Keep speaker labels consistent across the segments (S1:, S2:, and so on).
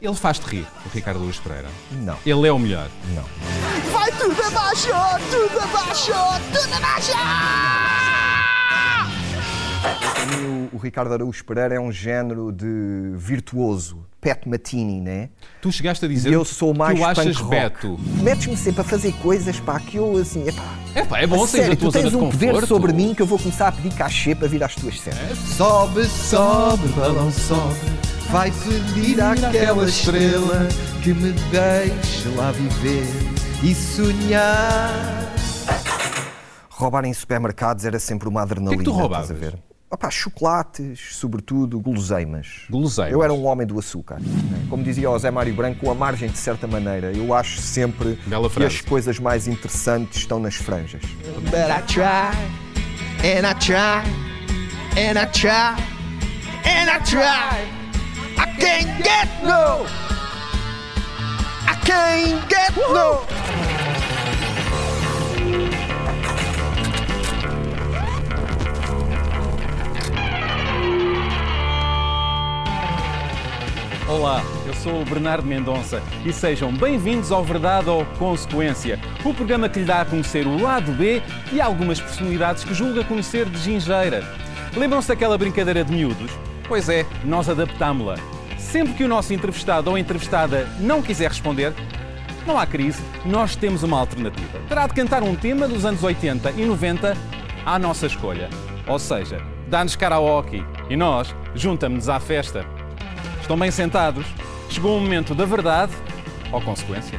S1: Ele faz-te rir, o Ricardo Luís Pereira.
S2: Não.
S1: Ele é o melhor.
S2: Não.
S3: Vai tudo abaixo, tudo abaixo, tudo é abaixo!
S2: Para mim, o, o Ricardo Araújo Pereira é um género de virtuoso. Pet Matini, né?
S1: Tu chegaste a dizer
S2: Eu sou mais
S1: que o achas
S2: punk rock.
S1: Beto.
S2: Metes-me sempre a fazer coisas, pá, que eu assim, epá,
S1: É pá, é bom,
S2: a
S1: tens
S2: sério,
S1: a tua
S2: tu tens
S1: zona
S2: um
S1: de
S2: poder
S1: conforto. É?
S2: sobre mim que eu vou começar a pedir cachê para vir às tuas cenas.
S4: Sobe, sobe, balão sobe, vai pedir àquela estrela que me deixe lá viver e sonhar.
S2: Roubar em supermercados era sempre uma adrenalina.
S1: que tu roubavas?
S2: Estás a ver? Opá, chocolates, sobretudo guloseimas.
S1: Guloseimas.
S2: Eu era um homem do açúcar. né? Como dizia o Zé Mário Branco, a margem de certa maneira. Eu acho sempre
S1: Bela
S2: que
S1: frase.
S2: as coisas mais interessantes estão nas franjas.
S4: But I try, and I try, and I try, and I try. I can't get no. I can't get no.
S5: Olá, eu sou o Bernardo Mendonça e sejam bem-vindos ao Verdade ou Consequência, o programa que lhe dá a conhecer o lado B e algumas personalidades que julga conhecer de gingeira. Lembram-se daquela brincadeira de miúdos? Pois é, nós adaptámo-la. Sempre que o nosso entrevistado ou entrevistada não quiser responder, não há crise, nós temos uma alternativa. Terá de cantar um tema dos anos 80 e 90 à nossa escolha. Ou seja, dá-nos karaoke e nós juntamos-nos à festa. Estão bem sentados? Chegou o momento da verdade ou consequência?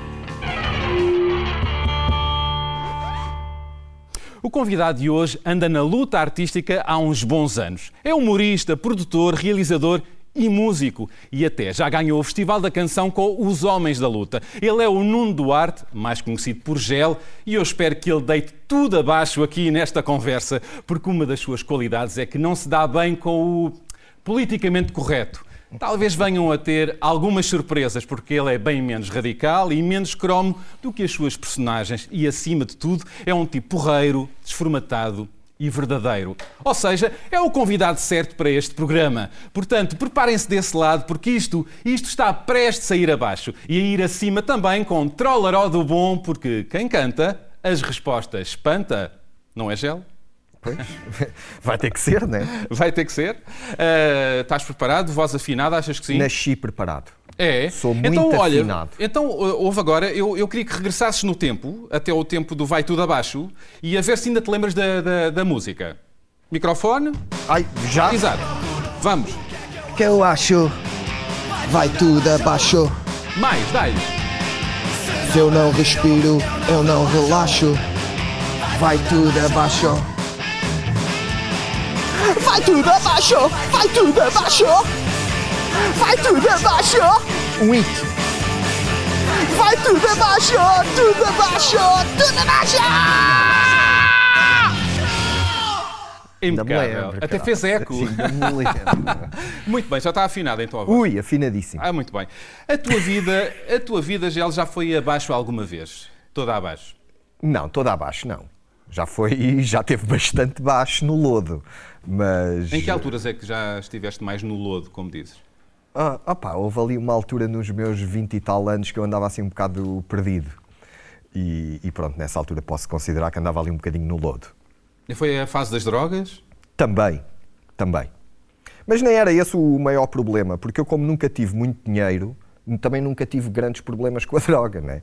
S5: O convidado de hoje anda na luta artística há uns bons anos. É humorista, produtor, realizador e músico. E até já ganhou o Festival da Canção com Os Homens da Luta. Ele é o Nuno Duarte, mais conhecido por Gel, e eu espero que ele deite tudo abaixo aqui nesta conversa, porque uma das suas qualidades é que não se dá bem com o politicamente correto. Talvez venham a ter algumas surpresas, porque ele é bem menos radical e menos cromo do que as suas personagens e, acima de tudo, é um tipo porreiro, desformatado e verdadeiro. Ou seja, é o convidado certo para este programa. Portanto, preparem-se desse lado, porque isto, isto está prestes a ir abaixo e a ir acima também com Trollaró do Bom, porque quem canta, as respostas espanta, não é gel?
S2: Pois, vai ter que ser, né?
S1: Vai ter que ser. Ah, estás preparado? Voz afinada, achas que sim?
S2: Nasci preparado.
S1: É.
S2: Sou muito
S1: então, olha,
S2: afinado.
S1: Então, uh, houve agora, eu, eu queria que regressasses no tempo, até ao tempo do Vai Tudo Abaixo, e a ver se ainda te lembras da, da, da música. Microfone,
S2: Ai, já?
S1: exato. Vamos.
S4: Que eu acho, vai tudo abaixo.
S1: Mais, dai.
S4: Se eu não respiro, eu não relaxo. Vai tudo abaixo.
S3: Vai tudo abaixo, vai tudo abaixo! Vai tudo é abaixo!
S4: Um hit.
S3: Vai tudo abaixo, tudo abaixo, tudo é abaixo!
S2: Ainda me
S1: Impecável.
S2: lembro,
S1: Até
S2: caralho.
S1: fez eco.
S2: Sim, ainda me lembro.
S1: Muito bem, já está afinada então a voz.
S2: Ui, afinadíssimo.
S1: Ah, muito bem. A tua vida, a tua vida, Gel, já foi abaixo alguma vez? Toda abaixo.
S2: Não, toda abaixo, não. Já foi, já teve bastante baixo no lodo. Mas.
S1: Em que alturas é que já estiveste mais no lodo, como dizes?
S2: Ah, opá, houve ali uma altura nos meus 20 e tal anos que eu andava assim um bocado perdido. E, e pronto, nessa altura posso considerar que andava ali um bocadinho no lodo.
S1: Foi a fase das drogas?
S2: Também, também. Mas nem era esse o maior problema, porque eu, como nunca tive muito dinheiro, também nunca tive grandes problemas com a droga, né?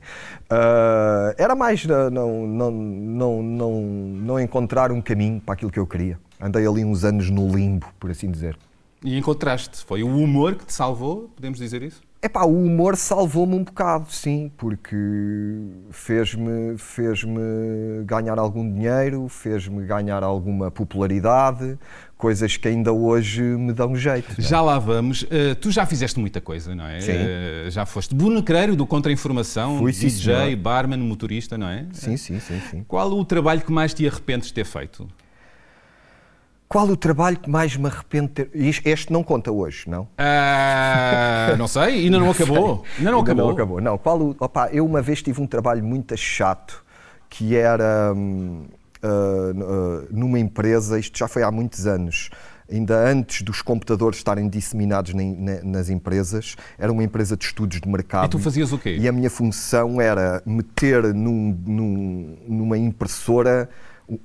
S2: Ah, era mais ah, não, não, não, não, não encontrar um caminho para aquilo que eu queria. Andei ali uns anos no limbo, por assim dizer.
S1: E encontraste? Foi o humor que te salvou? Podemos dizer isso?
S2: Epá, o humor salvou-me um bocado, sim, porque fez-me fez ganhar algum dinheiro, fez-me ganhar alguma popularidade, coisas que ainda hoje me dão jeito. não é?
S1: Já lá vamos. Eh, tu já fizeste muita coisa, não é?
S2: Sim.
S1: Eh, já foste bonecreiro do Contra-Informação,
S2: Fui, sim,
S1: DJ,
S2: senhor.
S1: barman, motorista, não é?
S2: Sim, sim, sim, sim.
S1: Qual o trabalho que mais te arrependes de ter feito?
S2: Qual o trabalho que mais me arrependo de ter... Is- Este não conta hoje, não?
S1: Ah, não sei, ainda não, acabou. Ainda não
S2: Ainda
S1: acabou.
S2: Não acabou. Não, qual o... Opá, eu uma vez tive um trabalho muito chato, que era hum, ah, n- ah, numa empresa, isto já foi há muitos anos, ainda antes dos computadores estarem disseminados na- na- nas empresas, era uma empresa de estudos de mercado.
S5: E tu fazias o quê?
S2: E a minha função era meter num- num- numa impressora uh,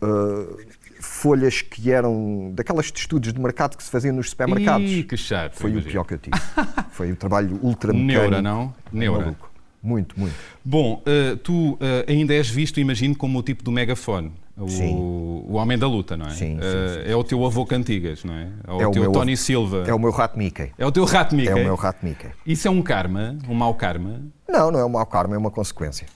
S2: folhas que eram daquelas de estudos de mercado que se faziam nos supermercados.
S5: Ih, que chato.
S2: Foi o
S5: imagino.
S2: pior que eu tive. Foi um trabalho ultra mecânico.
S5: Neura, não? Neura.
S2: Maluco. Muito, muito.
S5: Bom, eh, tu eh, ainda és visto, imagino, como o tipo do megafone. O,
S2: Sim.
S5: o homem da luta, não é?
S2: Sim, sim,
S5: Eh, É o teu avô Cantigas, não é? É o
S2: É o
S5: teu
S2: meu
S5: Tony
S2: avô.
S5: Silva.
S2: É o meu rato Mickey.
S5: É o teu rato Mickey.
S2: É o meu rato Mickey.
S5: Isso é um karma, um mau karma.
S2: Não, não é um mau karma, é uma consequência.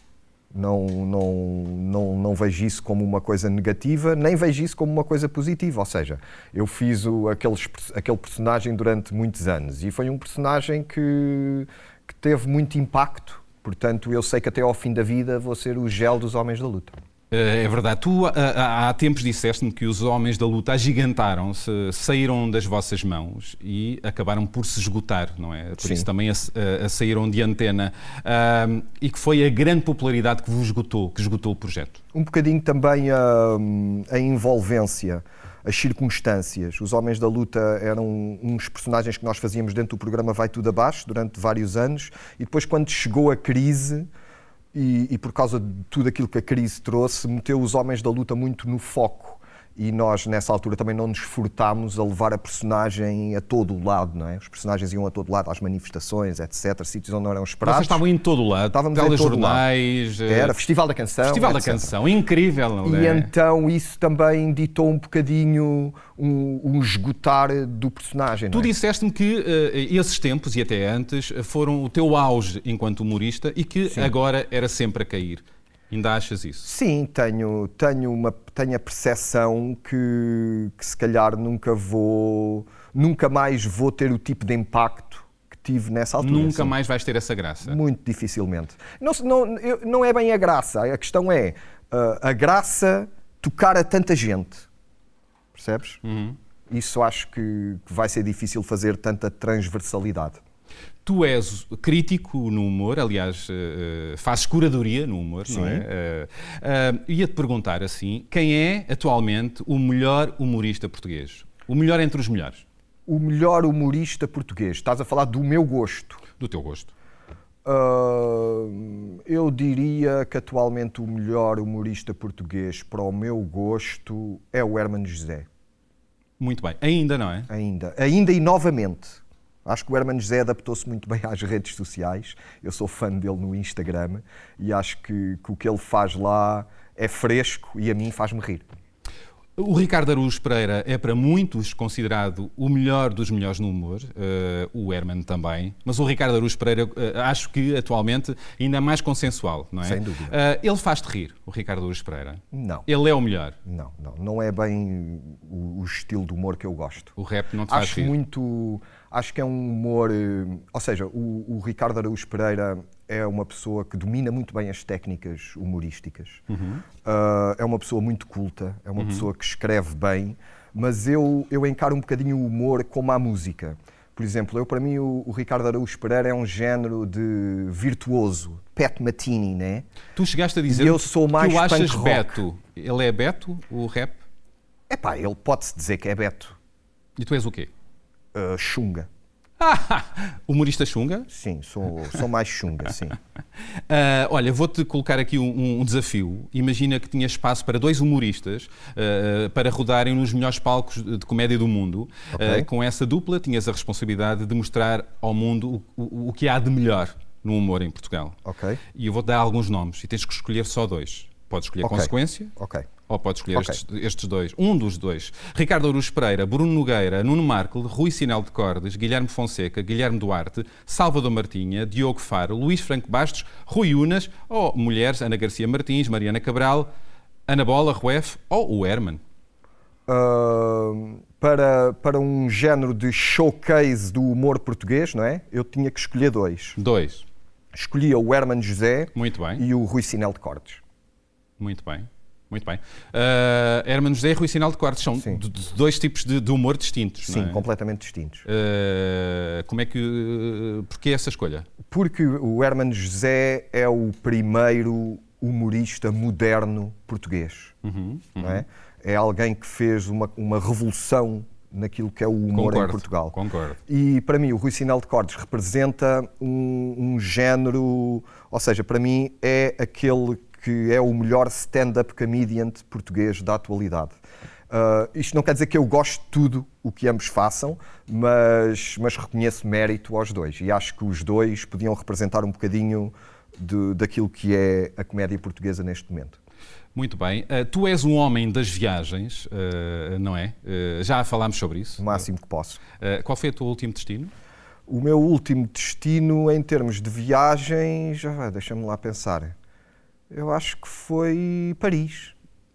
S2: Não, não, não, não vejo isso como uma coisa negativa, nem vejo isso como uma coisa positiva. Ou seja, eu fiz o, aqueles, pers- aquele personagem durante muitos anos e foi um personagem que, que teve muito impacto. Portanto, eu sei que até ao fim da vida vou ser o gel dos homens da luta.
S5: Eh, É verdade. Tu ah, ah, há tempos disseste-me que os homens da luta agigantaram-se, saíram das vossas mãos e acabaram por se esgotar, não é? Por
S2: Sim.
S5: isso também a, eh, a- a saíram de antena. Ahm, e que foi a grande popularidade que vos esgotou, que esgotou o projeto.
S2: um bocadinho também a, a envolvência, as circunstâncias. Os Homens da Luta eram uns personagens que nós fazíamos dentro do programa Vai Tudo Abaixo durante vários anos e depois, quando chegou a crise. E, e por causa de tudo aquilo que a crise trouxe, meteu os homens da luta muito no foco. E nós, nessa altura, também não nos furtámos a levar a personagem a todo o lado, não é? Os personagens iam a todo lado, às manifestações, etc., sítios onde não eram
S5: Vocês
S2: esperados.
S5: estavam em todo o lado,
S2: Estávamos em todo
S5: telejornais, eh,
S2: Era Festival da Canção.
S5: Festival da
S2: etc..
S5: Canção, incrível, não
S2: E
S5: é?
S2: então isso também ditou um bocadinho um, um esgotar do personagem.
S5: Tu
S2: não é?
S5: disseste-me que eh, esses tempos e até antes eh, foram o teu auge enquanto humorista e que agora era sempre a cair. Ainda achas isso?
S2: Sim, tenho, tenho, uma, tenho a percepção que, que se calhar nunca vou, nunca mais vou ter o tipo de impacto que tive nessa altura.
S5: Nunca
S2: Sim.
S5: mais né? vais ter essa graça.
S2: Muito dificilmente. Não, se- não, eu- não é bem a graça, a questão é ah, a graça tocar a tanta gente. Percebes?
S5: Uhum.
S2: Isso acho que que vai ser difícil fazer tanta transversalidade.
S5: Tu és crítico no humor, aliás, eh, eh, fazes curadoria no humor, não é? Eh, ah, Ia-te perguntar assim, quem é atualmente o melhor humorista português? O melhor entre os melhores,
S2: o melhor humorista português. Estás a falar do meu gosto.
S5: do teu gosto.
S2: Ahn, eu diria que atualmente o melhor humorista português, para o meu gosto, é o Hermano José.
S5: Muito bem. Ainda não é?
S2: Ainda. Ainda e novamente. Acho que o Hermano José adaptou-se muito bem às redes sociais. Eu sou fã dele no Instagram e acho que, que o que ele faz lá é fresco e a mim faz-me rir.
S5: O Ricardo Araújo Pereira é para muitos considerado o melhor dos melhores no humor, eh, o Herman também, mas o Ricardo Araújo Pereira eh, acho que atualmente ainda é mais consensual, não é?
S2: Sem dúvida.
S5: Eh, ele faz-te rir, o Ricardo Araújo Pereira.
S2: Não.
S5: Ele é o melhor.
S2: Não, não. Não é bem o- o estilo de humor que eu gosto.
S5: O rap não te faz
S2: acho
S5: rir.
S2: muito. Acho que é um humor. eh, Ou seja, o, o Ricardo Araújo Pereira é uma pessoa que domina muito bem as técnicas humorísticas.
S5: Uhum.
S2: Ah, é uma pessoa muito culta, é uma pessoa que escreve bem, mas eu, eu encaro um bocadinho o humor como a música. Por exemplo, eu para mim o, o Ricardo Araújo Pereira é um género de virtuoso, Pat Matini, né?
S5: Tu chegaste a dizer
S2: E eu sou mais
S5: que o achas
S2: punk rock.
S5: Beto. Ele é Beto, o rap,
S2: É pá, ele pode-se dizer que é Beto,
S5: e tu és o quê? Ah,
S2: Ah, chunga.
S5: Humorista chunga?
S2: Sim, sou, sou mais chunga, sim.
S5: Ah, olha, vou-te colocar aqui um, um desafio. Imagina que tinha espaço para dois humoristas ah, ah, para rodarem nos melhores palcos de comédia do mundo. Ah, com essa dupla, tinhas a responsabilidade de mostrar ao mundo o, o- o que há de melhor no humor em Portugal.
S2: Ok.
S5: E eu vou-te dar alguns nomes e tens que escolher só dois. Podes escolher
S2: Ok.
S5: Consequência
S2: Ok.
S5: ou podes escolher
S2: Ok.
S5: estes, estes dois. Um dos dois. Ricardo Aruz Pereira, Bruno Nogueira, Nuno Marco, Rui Sinal de Cordes, Guilherme Fonseca, Guilherme Duarte, Salvador Martinha, Diogo Faro, Luís Franco Bastos, Rui Unas, ou mulheres, Ana Garcia Martins, Mariana Cabral, Ana Bola, Ruef ou o Herman.
S2: Ahm, ah, para, para um género de showcase do humor português, não é? Eu tinha que escolher dois.
S5: Dois.
S2: Escolhia o Herman José
S5: Muito bem.
S2: e o Rui Sinel de Cortes.
S5: Muito bem. Muito bem. Ah, Herman José e Rui Sinal de Cordes são
S2: Sim.
S5: d- d- dois tipos de, de humor distintos.
S2: Sim,
S5: não é?
S2: completamente distintos.
S5: Ah, como é que. Porquê essa escolha?
S2: Porque o Herman José é o primeiro humorista
S5: Uhum,
S2: moderno português. não é? é alguém que fez uma, uma revolução naquilo que é o humor
S5: Concordo,
S2: em Portugal.
S5: concordo.
S2: E para mim, o Rui Sinal de Cordes representa um, um género, ou seja, para mim é aquele que é o melhor stand-up comedian português da atualidade. Ah, isto não quer dizer que eu gosto de tudo o que ambos façam, mas, mas reconheço mérito aos dois e acho que os dois podiam representar um bocadinho de- daquilo que é a comédia portuguesa neste momento.
S5: Muito bem. Ah, tu és um homem das viagens, ah, não é? Ah, já falámos sobre isso.
S2: O máximo que posso.
S5: Ah, qual foi o teu último destino?
S2: O meu último destino em termos de viagem, já vai, deixa-me lá pensar. Eu acho que foi Paris.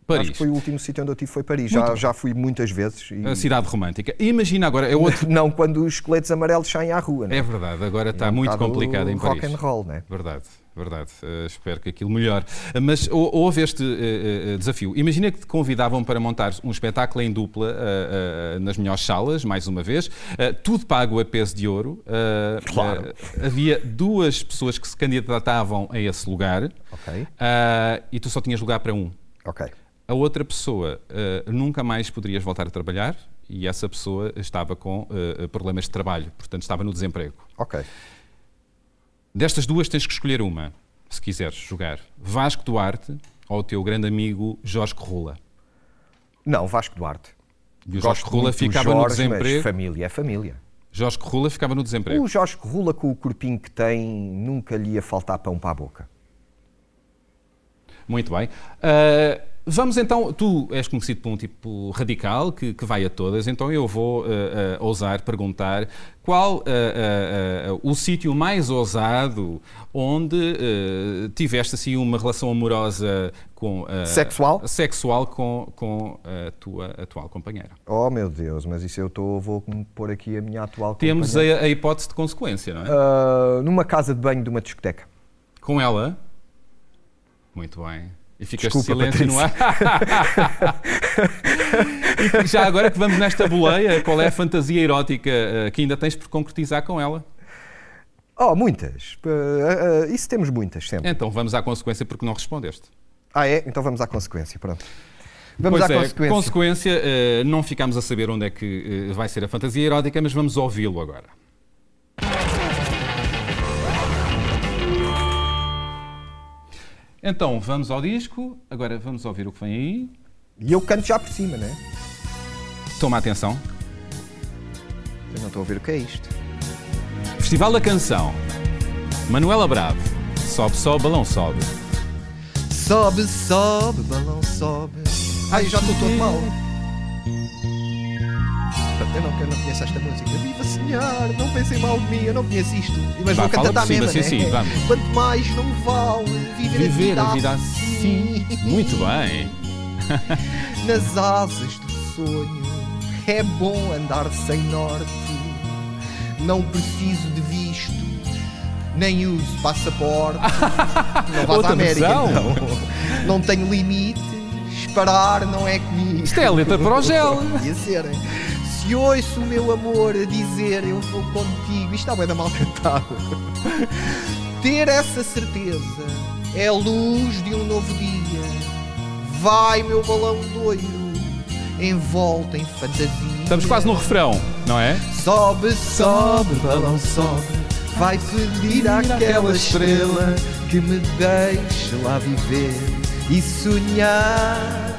S5: Paris.
S2: Acho que foi o último sítio onde eu estive foi Paris. Já, já fui muitas vezes. e-
S5: A cidade romântica. Imagina agora, é outro.
S2: Não quando os coletes amarelos saem à rua. né?
S5: É verdade, agora está
S2: um
S5: muito
S2: bocado
S5: complicado em Paris.
S2: rock and roll, né?
S5: Verdade, verdade. Eh, espero que aquilo melhore. Eh, Mas hou- houve este eh, eh, desafio. Imagina que te convidavam para montar um espetáculo em dupla eh, eh, nas melhores salas, mais uma vez, Eh, tudo pago a peso de ouro. Eh,
S2: Claro.
S5: eh, havia duas pessoas que se candidatavam a esse lugar
S2: Ok.
S5: Ah, e tu só tinhas lugar para um.
S2: Ok.
S5: A outra pessoa eh, nunca mais poderias voltar a trabalhar e essa pessoa estava com eh, problemas de trabalho, portanto estava no desemprego.
S2: Ok.
S5: Destas duas tens que escolher uma, se quiseres jogar. Vasco Duarte ou o teu grande amigo Jorge Corrula.
S2: Não, Vasco Duarte.
S5: E o Jorge
S2: Gosto
S5: Corrula
S2: muito do
S5: ficava no
S2: Jorge, mas
S5: desemprego. É.
S2: família é família.
S5: Jorge Corrula ficava no desemprego.
S2: O Jorge Rula com o corpinho que tem nunca lhe ia faltar pão para a boca.
S5: Muito bem. Ah, vamos então, tu és conhecido por um tipo radical que, que vai a todas, então eu vou ah, ah, ousar perguntar qual ah, ah, ah, o sítio mais ousado onde ah, tiveste assim uma relação amorosa com ah,
S2: Sexual?
S5: sexual com, com a tua atual companheira.
S2: Oh meu Deus, mas isso eu tô, vou pôr aqui a minha atual
S5: Temos a,
S2: companheira.
S5: a hipótese de consequência, não é?
S2: Ah, numa casa de banho de uma discoteca.
S5: Com ela. Muito bem. E ficas de
S2: Desculpa,
S5: silêncio no ar. e já agora que vamos nesta boleia, qual é a fantasia erótica eh, que ainda tens por concretizar com ela?
S2: Oh, muitas. Ah, ah, isso temos muitas sempre.
S5: Então vamos à consequência porque não respondeste.
S2: Ah, é? Então vamos à consequência, pronto. Vamos
S5: pois
S2: à
S5: é,
S2: consequência.
S5: consequência, eh, não ficámos a saber onde é que eh, vai ser a fantasia erótica, mas vamos ouvi-lo agora. Então, vamos ao disco. Agora vamos ouvir o que vem aí.
S2: E eu canto já por cima, né?
S5: Toma atenção.
S2: Eu não estou a ouvir o que é isto.
S5: Festival da Canção. Manuela Bravo. Sobe, sobe, balão sobe.
S6: Sobe, sobe, balão sobe. Ai, já estou todo mal. Eu não, eu não conheço esta música. Viva Senhor, não pensem mal de mim, eu não conheço isto. Mas
S5: Vá,
S6: vou
S5: fala
S6: cantar à
S5: por cima,
S6: mesma,
S5: sim,
S6: né?
S5: sim, vamos.
S6: Quanto mais não vale viver,
S5: Viver a vida
S6: assim.
S5: assim. Muito bem.
S6: Nas asas do sonho é bom andar sem norte. Não preciso de visto, nem uso passaporte. Não vais à
S5: Outra
S6: América.
S5: versão.
S6: Não. não tenho limites, parar não é comigo.
S5: Isto é a letra para o gel.
S6: Podia ser, hein? Se ouço o assim, meu amor a dizer eu vou contigo, isto está bem da mal cantado. Ter essa certeza é a luz de um novo dia. Vai, meu balão doido, envolta em fantasia.
S5: Estamos quase no refrão, não é?
S6: Sobe, sobe, balão sobe. Vai pedir àquela estrela que me deixe lá viver e sonhar.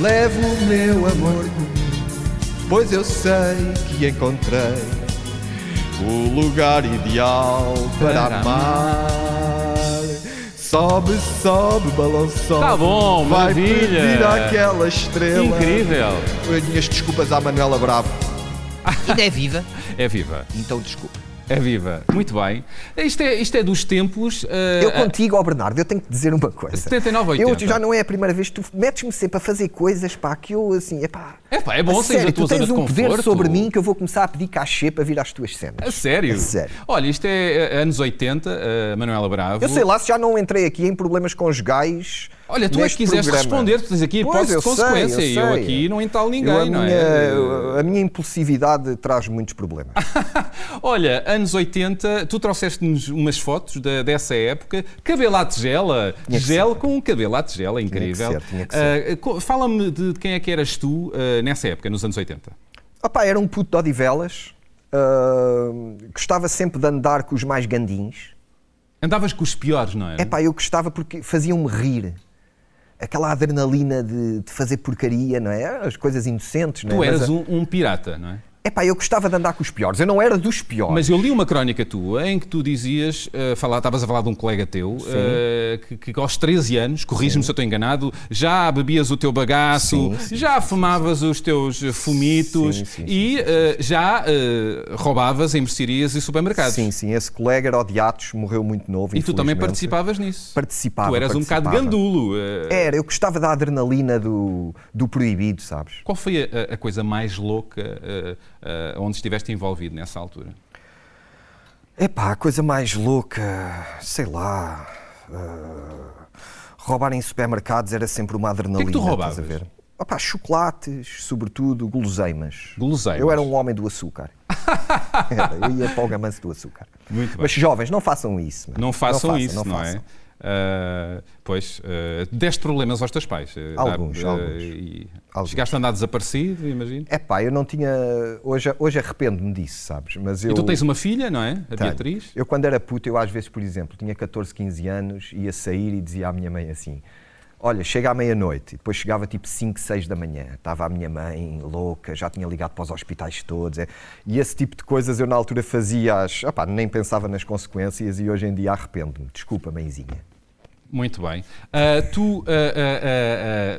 S6: Levo o meu amor comigo, pois eu sei que encontrei o lugar ideal para
S5: Para
S6: amar. Sobe, sobe, balão sobe.
S5: Tá bom,
S6: Oh, Vai
S5: maravilha.
S6: pedir àquela estrela.
S5: Incrível.
S6: Minhas desculpas à Manuela Bravo.
S7: Ainda é viva?
S5: É viva.
S6: Então desculpa.
S5: É viva. Muito bem. Isto é, isto é dos tempos. eh,
S2: Eu contigo, ó Bernardo, eu tenho que dizer uma coisa.
S5: 79, 80.
S2: Eu já não é a primeira vez que tu metes-me sempre a fazer coisas, pá, que eu assim, epá.
S5: É pá, é bom
S2: a
S5: sair da
S2: sério,
S5: tua
S2: tu
S5: zona
S2: tens
S5: de
S2: um poder
S5: conforto.
S2: sobre mim que eu vou começar a pedir cachê para vir às tuas cenas.
S5: A sério?
S2: A sério.
S5: Olha, isto é eh, anos 80, eh, Manuela Bravo.
S2: Eu sei lá se já não entrei aqui em problemas conjugais.
S5: Olha, tu é que
S2: neste
S5: quiseste
S2: programa.
S5: responder, tu tens aqui hipótese
S2: Pois,
S5: de
S2: eu sei,
S5: consequência.
S2: eu
S5: eu
S2: sei.
S5: aqui não entalo ninguém,
S2: Eu, a,
S5: não
S2: minha,
S5: é?
S2: a minha impulsividade traz muitos problemas.
S5: Olha, anos 80, tu trouxeste-nos umas fotos da- dessa época, cabelo à tigela,
S2: Tinha que
S5: gel
S2: ser.
S5: com um cabelo à tigela,
S2: que
S5: incrível.
S2: ser, tinha que
S5: Ah, co- Fala-me de quem é que eras tu ah, nessa época, nos anos 80.
S2: Opá, era um puto de Odivelas, ah, gostava sempre de andar com os mais gandins.
S5: Andavas com os piores, não era?
S2: É pá, eu gostava porque faziam-me rir. Aquela adrenalina de, de fazer porcaria, não é? As coisas inocentes, não é?
S5: tu eras
S2: Mas,
S5: um, um pirata, não é?
S2: É pá, eu gostava de andar com os piores. Eu não era dos piores.
S5: Mas eu li uma crónica tua em que tu dizias, eh, falar, estavas a falar de um colega teu, eh, que, que aos 13 anos, corrijo-me se eu estou enganado, já bebias o teu bagaço,
S2: Sim, sim,
S5: já fumavas os teus eh, fumitos
S2: Sim, sim,
S5: e eh, já eh, roubavas em mercearias e supermercados.
S2: Sim, sim, esse colega era odiados, morreu muito novo.
S5: E tu também
S2: infelizmente.
S5: participavas nisso.
S2: Participava.
S5: tu eras um bocado
S2: participava.
S5: gandulo. eh.
S2: Era, eu gostava da adrenalina do, do proibido, sabes?
S5: Qual foi a, a coisa mais louca eh, eh, onde estiveste envolvido nessa altura?
S2: Epá, a coisa mais louca, sei lá. ah, roubar em supermercados era sempre uma adrenalina.
S5: que tu roubavas?
S2: Estás a ver? Opá, chocolates, sobretudo, guloseimas.
S5: Guloseimas.
S2: Eu era um homem do açúcar. Era, eu ia para o gamanço do açúcar.
S5: Muito bem.
S2: Mas jovens, não façam isso. mano.
S5: Não façam isso, não,
S2: façam.
S5: é? Ah, pois, ah, deste problemas aos teus pais. ah,
S2: Alguns,
S5: ah,
S2: alguns.
S5: e
S2: Alguns.
S5: Chegaste a andar desaparecido, imagino.
S2: É pá, eu não tinha. Hoje, hoje arrependo-me disso, sabes? Mas eu.
S5: E tu tens uma filha, não é? A
S2: Tenho.
S5: Beatriz.
S2: Eu, quando era puto, eu às vezes, por exemplo, tinha 14, 15 anos, ia sair e dizia à minha mãe assim: Olha, chega à meia-noite. E depois chegava tipo 5, 6 da manhã. Estava a minha mãe louca, já tinha ligado para os hospitais todos. é. E esse tipo de coisas eu, na altura, fazia. Às... opá, nem pensava nas consequências e hoje em dia arrependo-me. Desculpa, mãezinha.
S5: Muito bem. Ah, tu.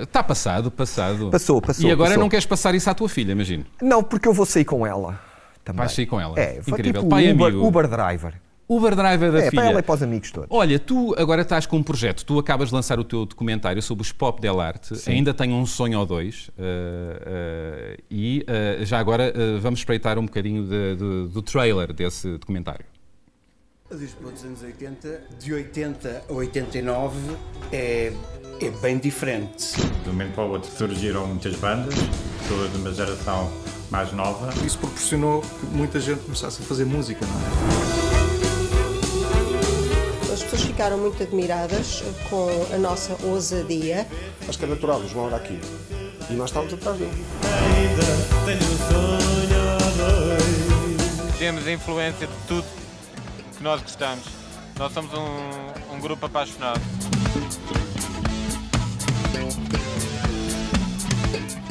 S5: Está passado, passado.
S2: Passou, passou,
S5: E agora
S2: passou.
S5: não queres passar isso à tua filha, imagino.
S2: Não, porque eu vou sair com ela. Também.
S5: Vais sair com ela?
S2: É, vou
S5: Incrível.
S2: tipo
S5: Pai e
S2: Uber,
S5: amigo.
S2: Uber driver.
S5: Uber driver da
S2: É,
S5: filha.
S2: para ela e para os amigos todos.
S5: Olha, tu agora estás com um projeto, tu acabas de lançar o teu documentário sobre os Pop Del Arte, ainda tenho um sonho ou dois, eh, eh, e eh, já agora eh, vamos espreitar um bocadinho de- de- do trailer desse documentário.
S8: Mas isto para os anos 80, de 80 a 89, é, é bem diferente.
S9: De um momento para o outro surgiram muitas bandas, pessoas de uma geração mais nova.
S10: Isso proporcionou que muita gente começasse a fazer música, não é?
S11: As pessoas ficaram muito admiradas com a nossa ousadia.
S6: Acho que é natural, eles vão olhar aqui. E nós estávamos atrás dele.
S12: Temos a influência de tudo que nós gostamos. Nós somos um, um grupo apaixonado.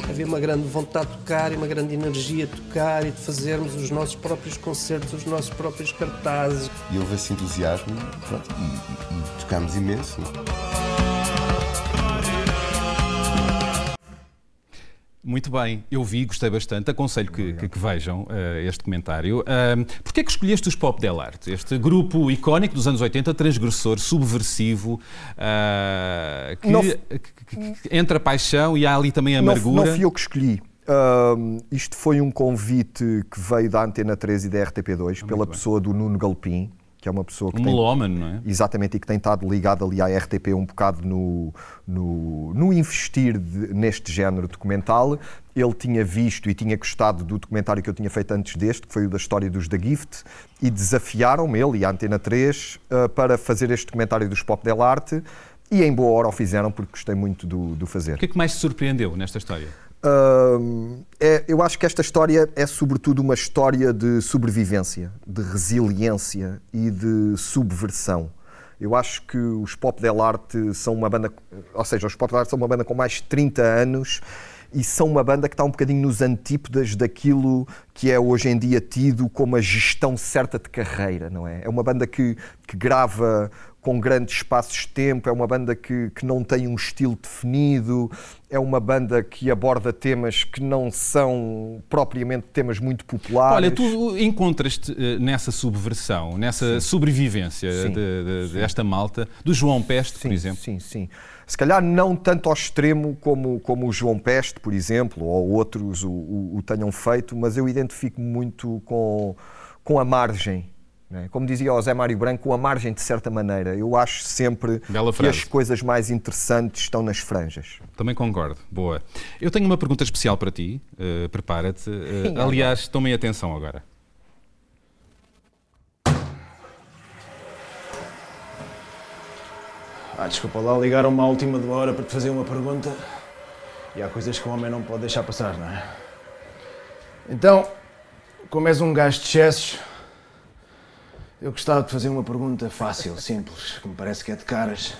S8: Havia uma grande vontade de tocar e uma grande energia de tocar e de fazermos os nossos próprios concertos, os nossos próprios cartazes.
S6: E houve esse entusiasmo pronto, e, e- e tocámos imenso.
S5: Muito bem, eu vi, gostei bastante, aconselho que, que- que vejam eh, este documentário. Uh, Porquê é que escolheste os Pop Del Arte, este grupo icónico dos anos 80, transgressor, subversivo, eh, que,
S2: Não-
S5: que- que- que entra a paixão e há ali também a
S2: Não f-
S5: amargura?
S2: Não, fui eu que escolhi. Ahm, isto foi um convite que veio da Antena 3 e da RTP2 pela pessoa do Nuno Galpim, que é uma pessoa que
S5: Ah, um
S2: tem.
S5: melómano, não é?
S2: Exatamente, e que tem estado ligado ali à RTP um bocado no, no, no investir de- neste género documental. Ele tinha visto e tinha gostado do documentário que eu tinha feito antes deste, que foi o da história dos Da Gift, e desafiaram-me, ele e a Antena 3, ah, para fazer este documentário dos Pop Del Arte, e em boa hora o fizeram, porque gostei muito do, do fazer.
S5: O que é que mais te surpreendeu nesta história?
S2: Hum, é- eu acho que esta história é sobretudo uma história de sobrevivência, de resiliência e de subversão. Eu acho que os Pop Del Arte são uma banda, ou seja, os Pop Del Arte são uma banda com mais de 30 anos e são uma banda que está um bocadinho nos antípodas daquilo que é hoje em dia tido como a gestão certa de carreira, não é? É uma banda que, que grava com grandes espaços de tempo, é uma banda que, que não tem um estilo definido, é uma banda que aborda temas que não são propriamente temas muito populares.
S5: Olha, tu encontras-te eh, nessa subversão, nessa sobrevivência
S2: Sim.
S5: de- de- desta malta, do João Peste,
S2: Sim,
S5: por exemplo.
S2: Sim, sim. Se calhar não tanto ao extremo como, como o João Peste, por exemplo, ou outros o, o- o tenham feito, mas eu identifico-me muito com, com a margem. né? Como dizia o Zé Mário Branco, com a margem de certa maneira. Eu acho sempre
S5: Bela
S2: que
S5: frase.
S2: as coisas mais interessantes estão nas franjas.
S5: Também concordo. Boa. Eu tenho uma pergunta especial para ti. eh, Prepara-te. Eh,
S2: é
S5: aliás, tomem atenção agora.
S10: Ah, desculpa lá, ligaram-me à última de hora para te fazer uma pergunta. E há coisas que o homem não pode deixar passar, não é?
S13: Então, como és um gajo de excessos, eu gostava de fazer uma pergunta fácil, simples, que me parece que é de caras.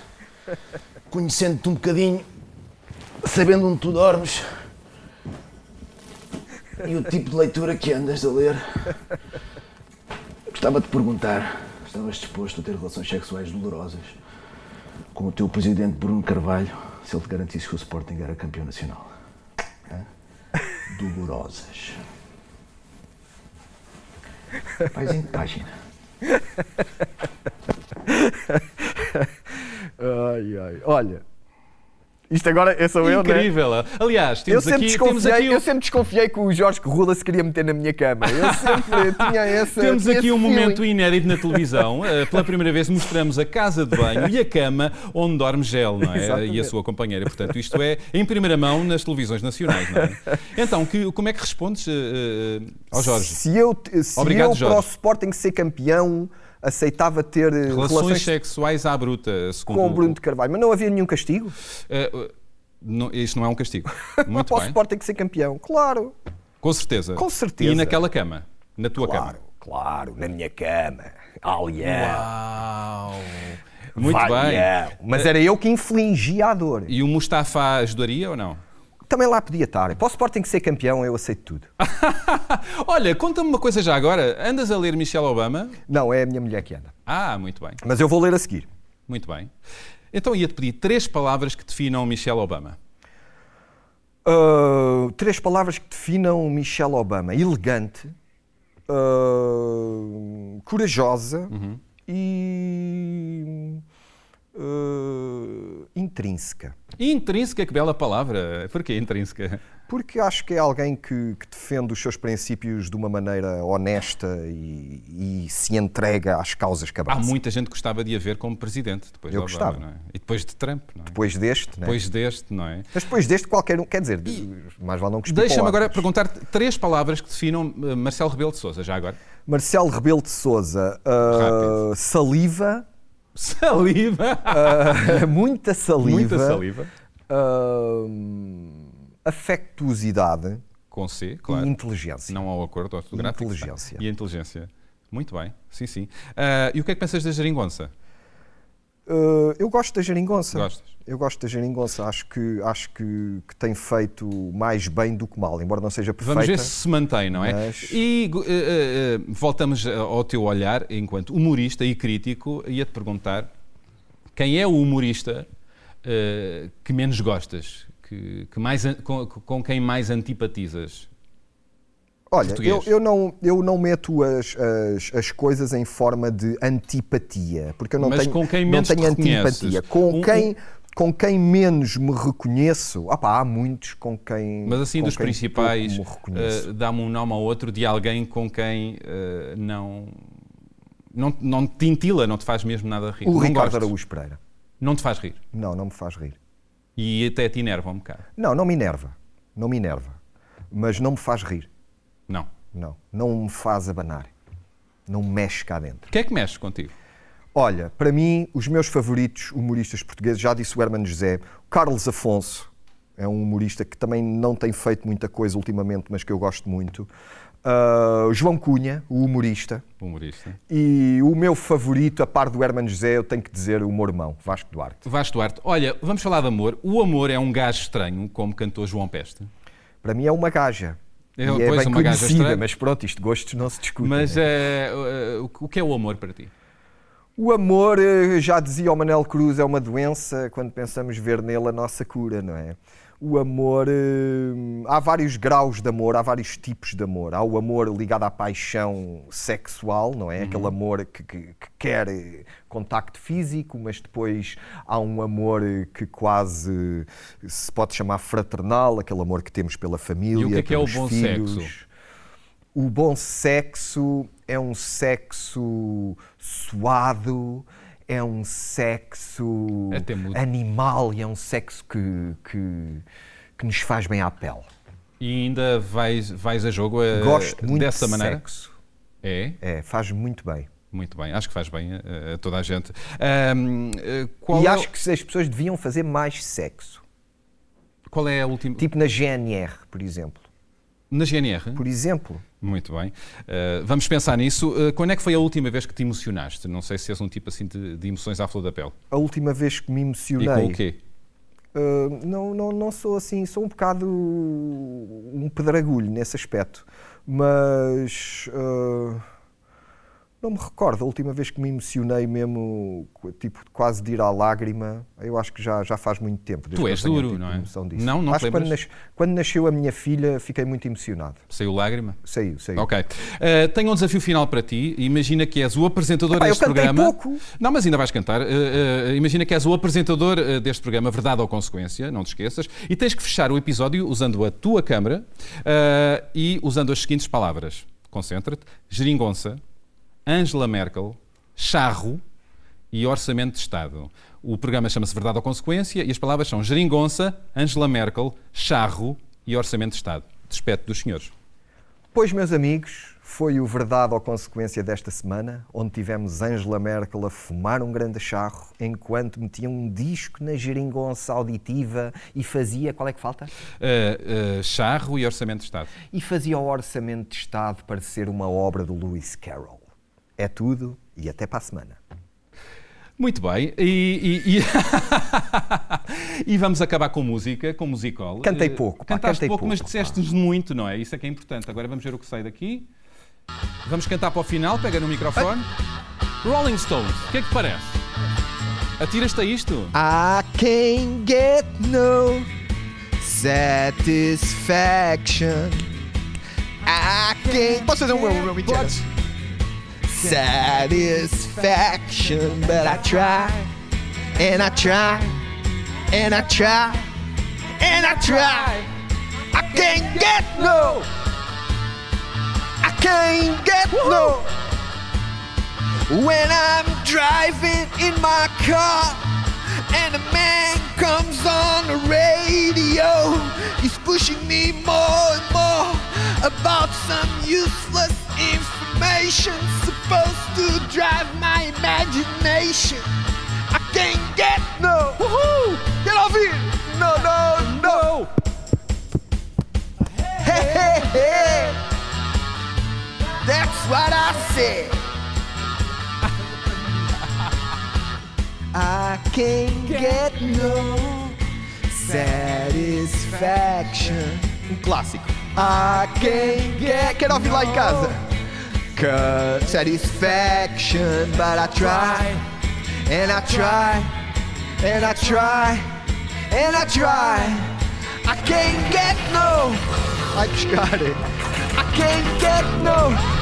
S13: Conhecendo-te um bocadinho, sabendo onde tu dormes e o tipo de leitura que andas a ler, gostava de perguntar: estavas disposto a ter relações sexuais dolorosas com o teu presidente Bruno Carvalho se ele te garantisse que o Sporting era campeão nacional? Hã? Dolorosas. Vais em que página?
S2: ai, ai. Olha. Isto agora eu sou eu, né?
S5: Incrível. ah. Aliás, temos
S2: eu sempre
S5: aqui- temos
S2: desconfiei,
S5: aqui um- o-
S2: eu sempre desconfiei que o Jorge Corrula se queria meter na minha cama. Eu sempre tinha essa.
S5: Temos
S2: tinha
S5: aqui
S2: esse
S5: um
S2: feeling.
S5: momento inédito na televisão. Eh, Pela primeira vez mostramos a casa de banho e a cama onde dorme Gel, não é?
S1: Exatamente.
S5: E a sua companheira. Portanto, isto é em primeira mão nas televisões nacionais, não é? Então, que- como é que respondes eh, eh, ao Jorge?
S2: Se eu, te- se
S5: Obrigado,
S2: eu para o
S5: Jorge.
S2: Sporting ser campeão, aceitava ter eh,
S5: Relações,
S2: relações
S5: sexuais à bruta, segundo
S2: com o Bruno de Carvalho, mas não havia nenhum castigo.
S5: Eh, eh, não, isto não é um castigo. Muito
S2: para o
S5: bem.
S2: Sporting ser campeão, claro.
S5: Com certeza.
S2: Com certeza.
S5: E naquela cama. Na tua
S2: Claro,
S5: cama.
S2: Claro, na minha cama. Ah, Aliás.
S5: Uau! Muito bem. Eh,
S2: Mas era eu que infligia a dor.
S5: E o Mustafa ajudaria ou não?
S2: Também lá podia estar. Para o Sporting ser campeão, eu aceito tudo.
S5: Olha, conta-me uma coisa já agora. Andas a ler Michelle Obama?
S2: Não, é a minha mulher que anda.
S5: Ah, muito bem.
S2: Mas eu vou ler a seguir.
S5: Muito bem. Então ia-te pedir três palavras que definam Michelle Obama.
S2: Uh, três palavras que definam Michelle Obama: elegante, uh, corajosa
S5: Uhum.
S2: e uh, intrínseca.
S5: Intrínseca, que bela palavra. Porquê intrínseca?
S2: Porque acho que é alguém que, que defende os seus princípios de uma maneira honesta e, e se entrega às causas que
S5: Há
S2: abraça.
S5: muita gente que gostava de a ver como presidente depois
S2: Eu
S5: de Obama,
S2: gostava.
S5: não é? E depois de Trump, não é?
S2: Depois deste, né?
S5: Depois deste, não é?
S2: Mas depois deste, qualquer um. Quer dizer, mais vale não cuspir para o
S5: Deixa-me
S2: lado.
S5: agora perguntar três palavras que definam eh, Marcelo Rebelo de Sousa, já agora.
S2: Marcelo Rebelo de Souza, ah, saliva.
S5: Saliva?
S2: Ah, muita saliva.
S5: Muita saliva.
S2: Ah, afectuosidade.
S5: Com C, claro.
S2: E inteligência.
S5: Não ao acordo ortográfico.
S2: Inteligência.
S5: E a inteligência. Muito bem, sim, sim. Ah, e o que é que pensas da geringonça?
S2: Ah, eu gosto da geringonça.
S5: Gostas?
S2: Eu gosto da geringonça. Acho, que, acho que, que tem feito mais bem do que mal, embora não seja perfeita.
S5: Vamos ver se se mantém, não é?
S2: Mas-
S5: E gu- eh, eh, eh, voltamos eh, ao teu olhar enquanto humorista e crítico e a te perguntar quem é o humorista eh, que menos gostas, que, que mais, an- com, com quem mais antipatizas?
S2: Olha, eu,
S5: português.
S2: eu não, eu não meto as, as, as coisas em forma de antipatia, porque eu não
S5: Mas
S2: tenho,
S5: com quem
S2: não
S5: menos te
S2: tenho
S5: reconheces?
S2: antipatia. Com,
S5: Um-
S2: quem, com quem menos me reconheço, opá, há muitos com quem.
S5: Mas assim,
S2: com
S5: dos
S2: quem
S5: principais,
S2: pouco me reconheço.
S5: eh, dá-me um nome ao outro de alguém com quem eh, não, não, não te intila, não te faz mesmo nada rir.
S2: o
S5: não
S2: Ricardo
S5: gostas.
S2: Araújo Pereira.
S5: Não te faz rir.
S2: Não, não me faz rir.
S5: E até te enerva um bocado.
S2: Não, não me enerva. Não me enerva. Mas não me faz rir.
S5: Não.
S2: Não. Não me faz abanar. Não mexe cá dentro.
S5: O que é que mexe contigo?
S2: Olha, para mim, os meus favoritos humoristas portugueses, já disse o Hermano José, o Carlos Afonso é um humorista que também não tem feito muita coisa ultimamente, mas que eu gosto muito. Ah, o João Cunha, o humorista.
S5: Humorista.
S2: E o meu favorito, a par do Hermano José, eu tenho que dizer o meu irmão, Vasco Duarte.
S5: Vasco Duarte, olha, vamos falar de amor. O amor é um gajo estranho, como cantou João Peste.
S2: Para mim é uma gaja.
S5: É,
S2: E é
S5: pois,
S2: bem
S5: uma gaja
S2: conhecida,
S5: estranha.
S2: mas pronto, isto de gostos não se discute.
S5: Mas
S2: né?
S5: eh, eh, o que- o que é o amor para ti?
S2: O amor, eh, já dizia o Manel Cruz, é uma doença quando pensamos ver nele a nossa cura, não é? O amor. eh, Há vários graus de amor, há vários tipos de amor. Há o amor ligado à paixão sexual, não é?
S5: Uhum.
S2: Aquele amor que, que- que quer eh, contacto físico, mas depois há um amor eh, que quase eh, se pode chamar fraternal, aquele amor que temos pela família.
S5: E o que é que é o
S2: pelos
S5: bom
S2: filhos.
S5: sexo?
S2: O bom sexo é um sexo suado, é um sexo
S5: Até mudo.
S2: animal e é um sexo que, que, que nos faz bem à pele.
S5: E ainda vais, vais a jogo eh,
S2: Gosto muito
S5: dessa
S2: de
S5: maneira?
S2: sexo.
S5: É?
S2: É, faz muito bem.
S5: Muito bem, acho que faz bem eh, a toda a gente. Ahm, eh, qual,
S2: e
S5: é,
S2: acho que as pessoas deviam fazer mais sexo.
S5: qual é a última.
S2: Tipo na GNR, por exemplo.
S5: Na GNR?
S2: Por exemplo.
S5: Muito bem. Uh, vamos pensar nisso. Uh, quando é que foi a última vez que te emocionaste? Não sei se és um tipo assim de, de emoções à flor da pele.
S2: A última vez que me emocionei.
S5: E com o quê?
S2: Uh, não, não, não sou assim, sou um bocado um pedragulho nesse aspecto, mas ah, não me recordo a última vez que me emocionei mesmo, tipo, quase de ir à lágrima. Eu acho que já, já faz muito tempo.
S5: Tu és duro, tipo não é?
S2: Disso.
S5: Não, não
S2: acho que quando, nas, quando nasceu a minha filha fiquei muito emocionado.
S5: Saiu lágrima?
S2: Saiu, saiu.
S5: Ok. Uh, tenho um desafio final para ti. Imagina que és o apresentador
S2: Epá,
S5: deste
S2: eu cantei
S5: programa.
S2: pouco.
S5: Não, mas ainda vais cantar. Uh, uh, imagina que és o apresentador uh, deste programa, Verdade ou Consequência, não te esqueças, e tens que fechar o episódio usando a tua câmara eh, e usando as seguintes palavras. Concentra-te. Geringonça. Angela Merkel, charro e orçamento de Estado. O programa chama-se Verdade ou Consequência e as palavras são geringonça, Angela Merkel, charro e orçamento de Estado. Despeto dos senhores.
S2: Pois, meus amigos, foi o Verdade ou Consequência desta semana, onde tivemos Angela Merkel a fumar um grande charro enquanto metia um disco na geringonça auditiva e fazia. Qual é que falta?
S5: Uh, uh, charro e orçamento de Estado.
S2: E fazia o orçamento de Estado parecer uma obra do Lewis Carroll. É tudo e até para a semana.
S5: Muito bem, e, e, e... e vamos acabar com música, com musical. Eh,
S2: Cantei pouco, pá,
S5: Cantaste
S2: cantei
S5: pouco, mas
S2: pouco,
S5: disseste-nos muito, não é? Isso é que é importante. Agora vamos ver o que sai daqui. Vamos cantar para o final, pega no microfone.
S2: Ah.
S5: Rolling Stones, o que é que parece? Atiras-te a isto?
S4: I can't get no satisfaction. I can't. Posso fazer um meu inteiro? Satisfaction, but I try and I try and I try and I try. I can't get no. I can't get no. When I'm driving in my car and a man comes on the radio, he's pushing me more and more about some useless information supposed to drive my imagination. I can't get no. Woohoo! Get off here! No, no, no! Hey, hey, hey! That's what I said. I can't get no satisfaction. Um clássico. I can't get. Quero ouvir lá em casa. Cause satisfaction, but I try, and I try, and I try, and I try. I can't get no. I got it. I can't get no.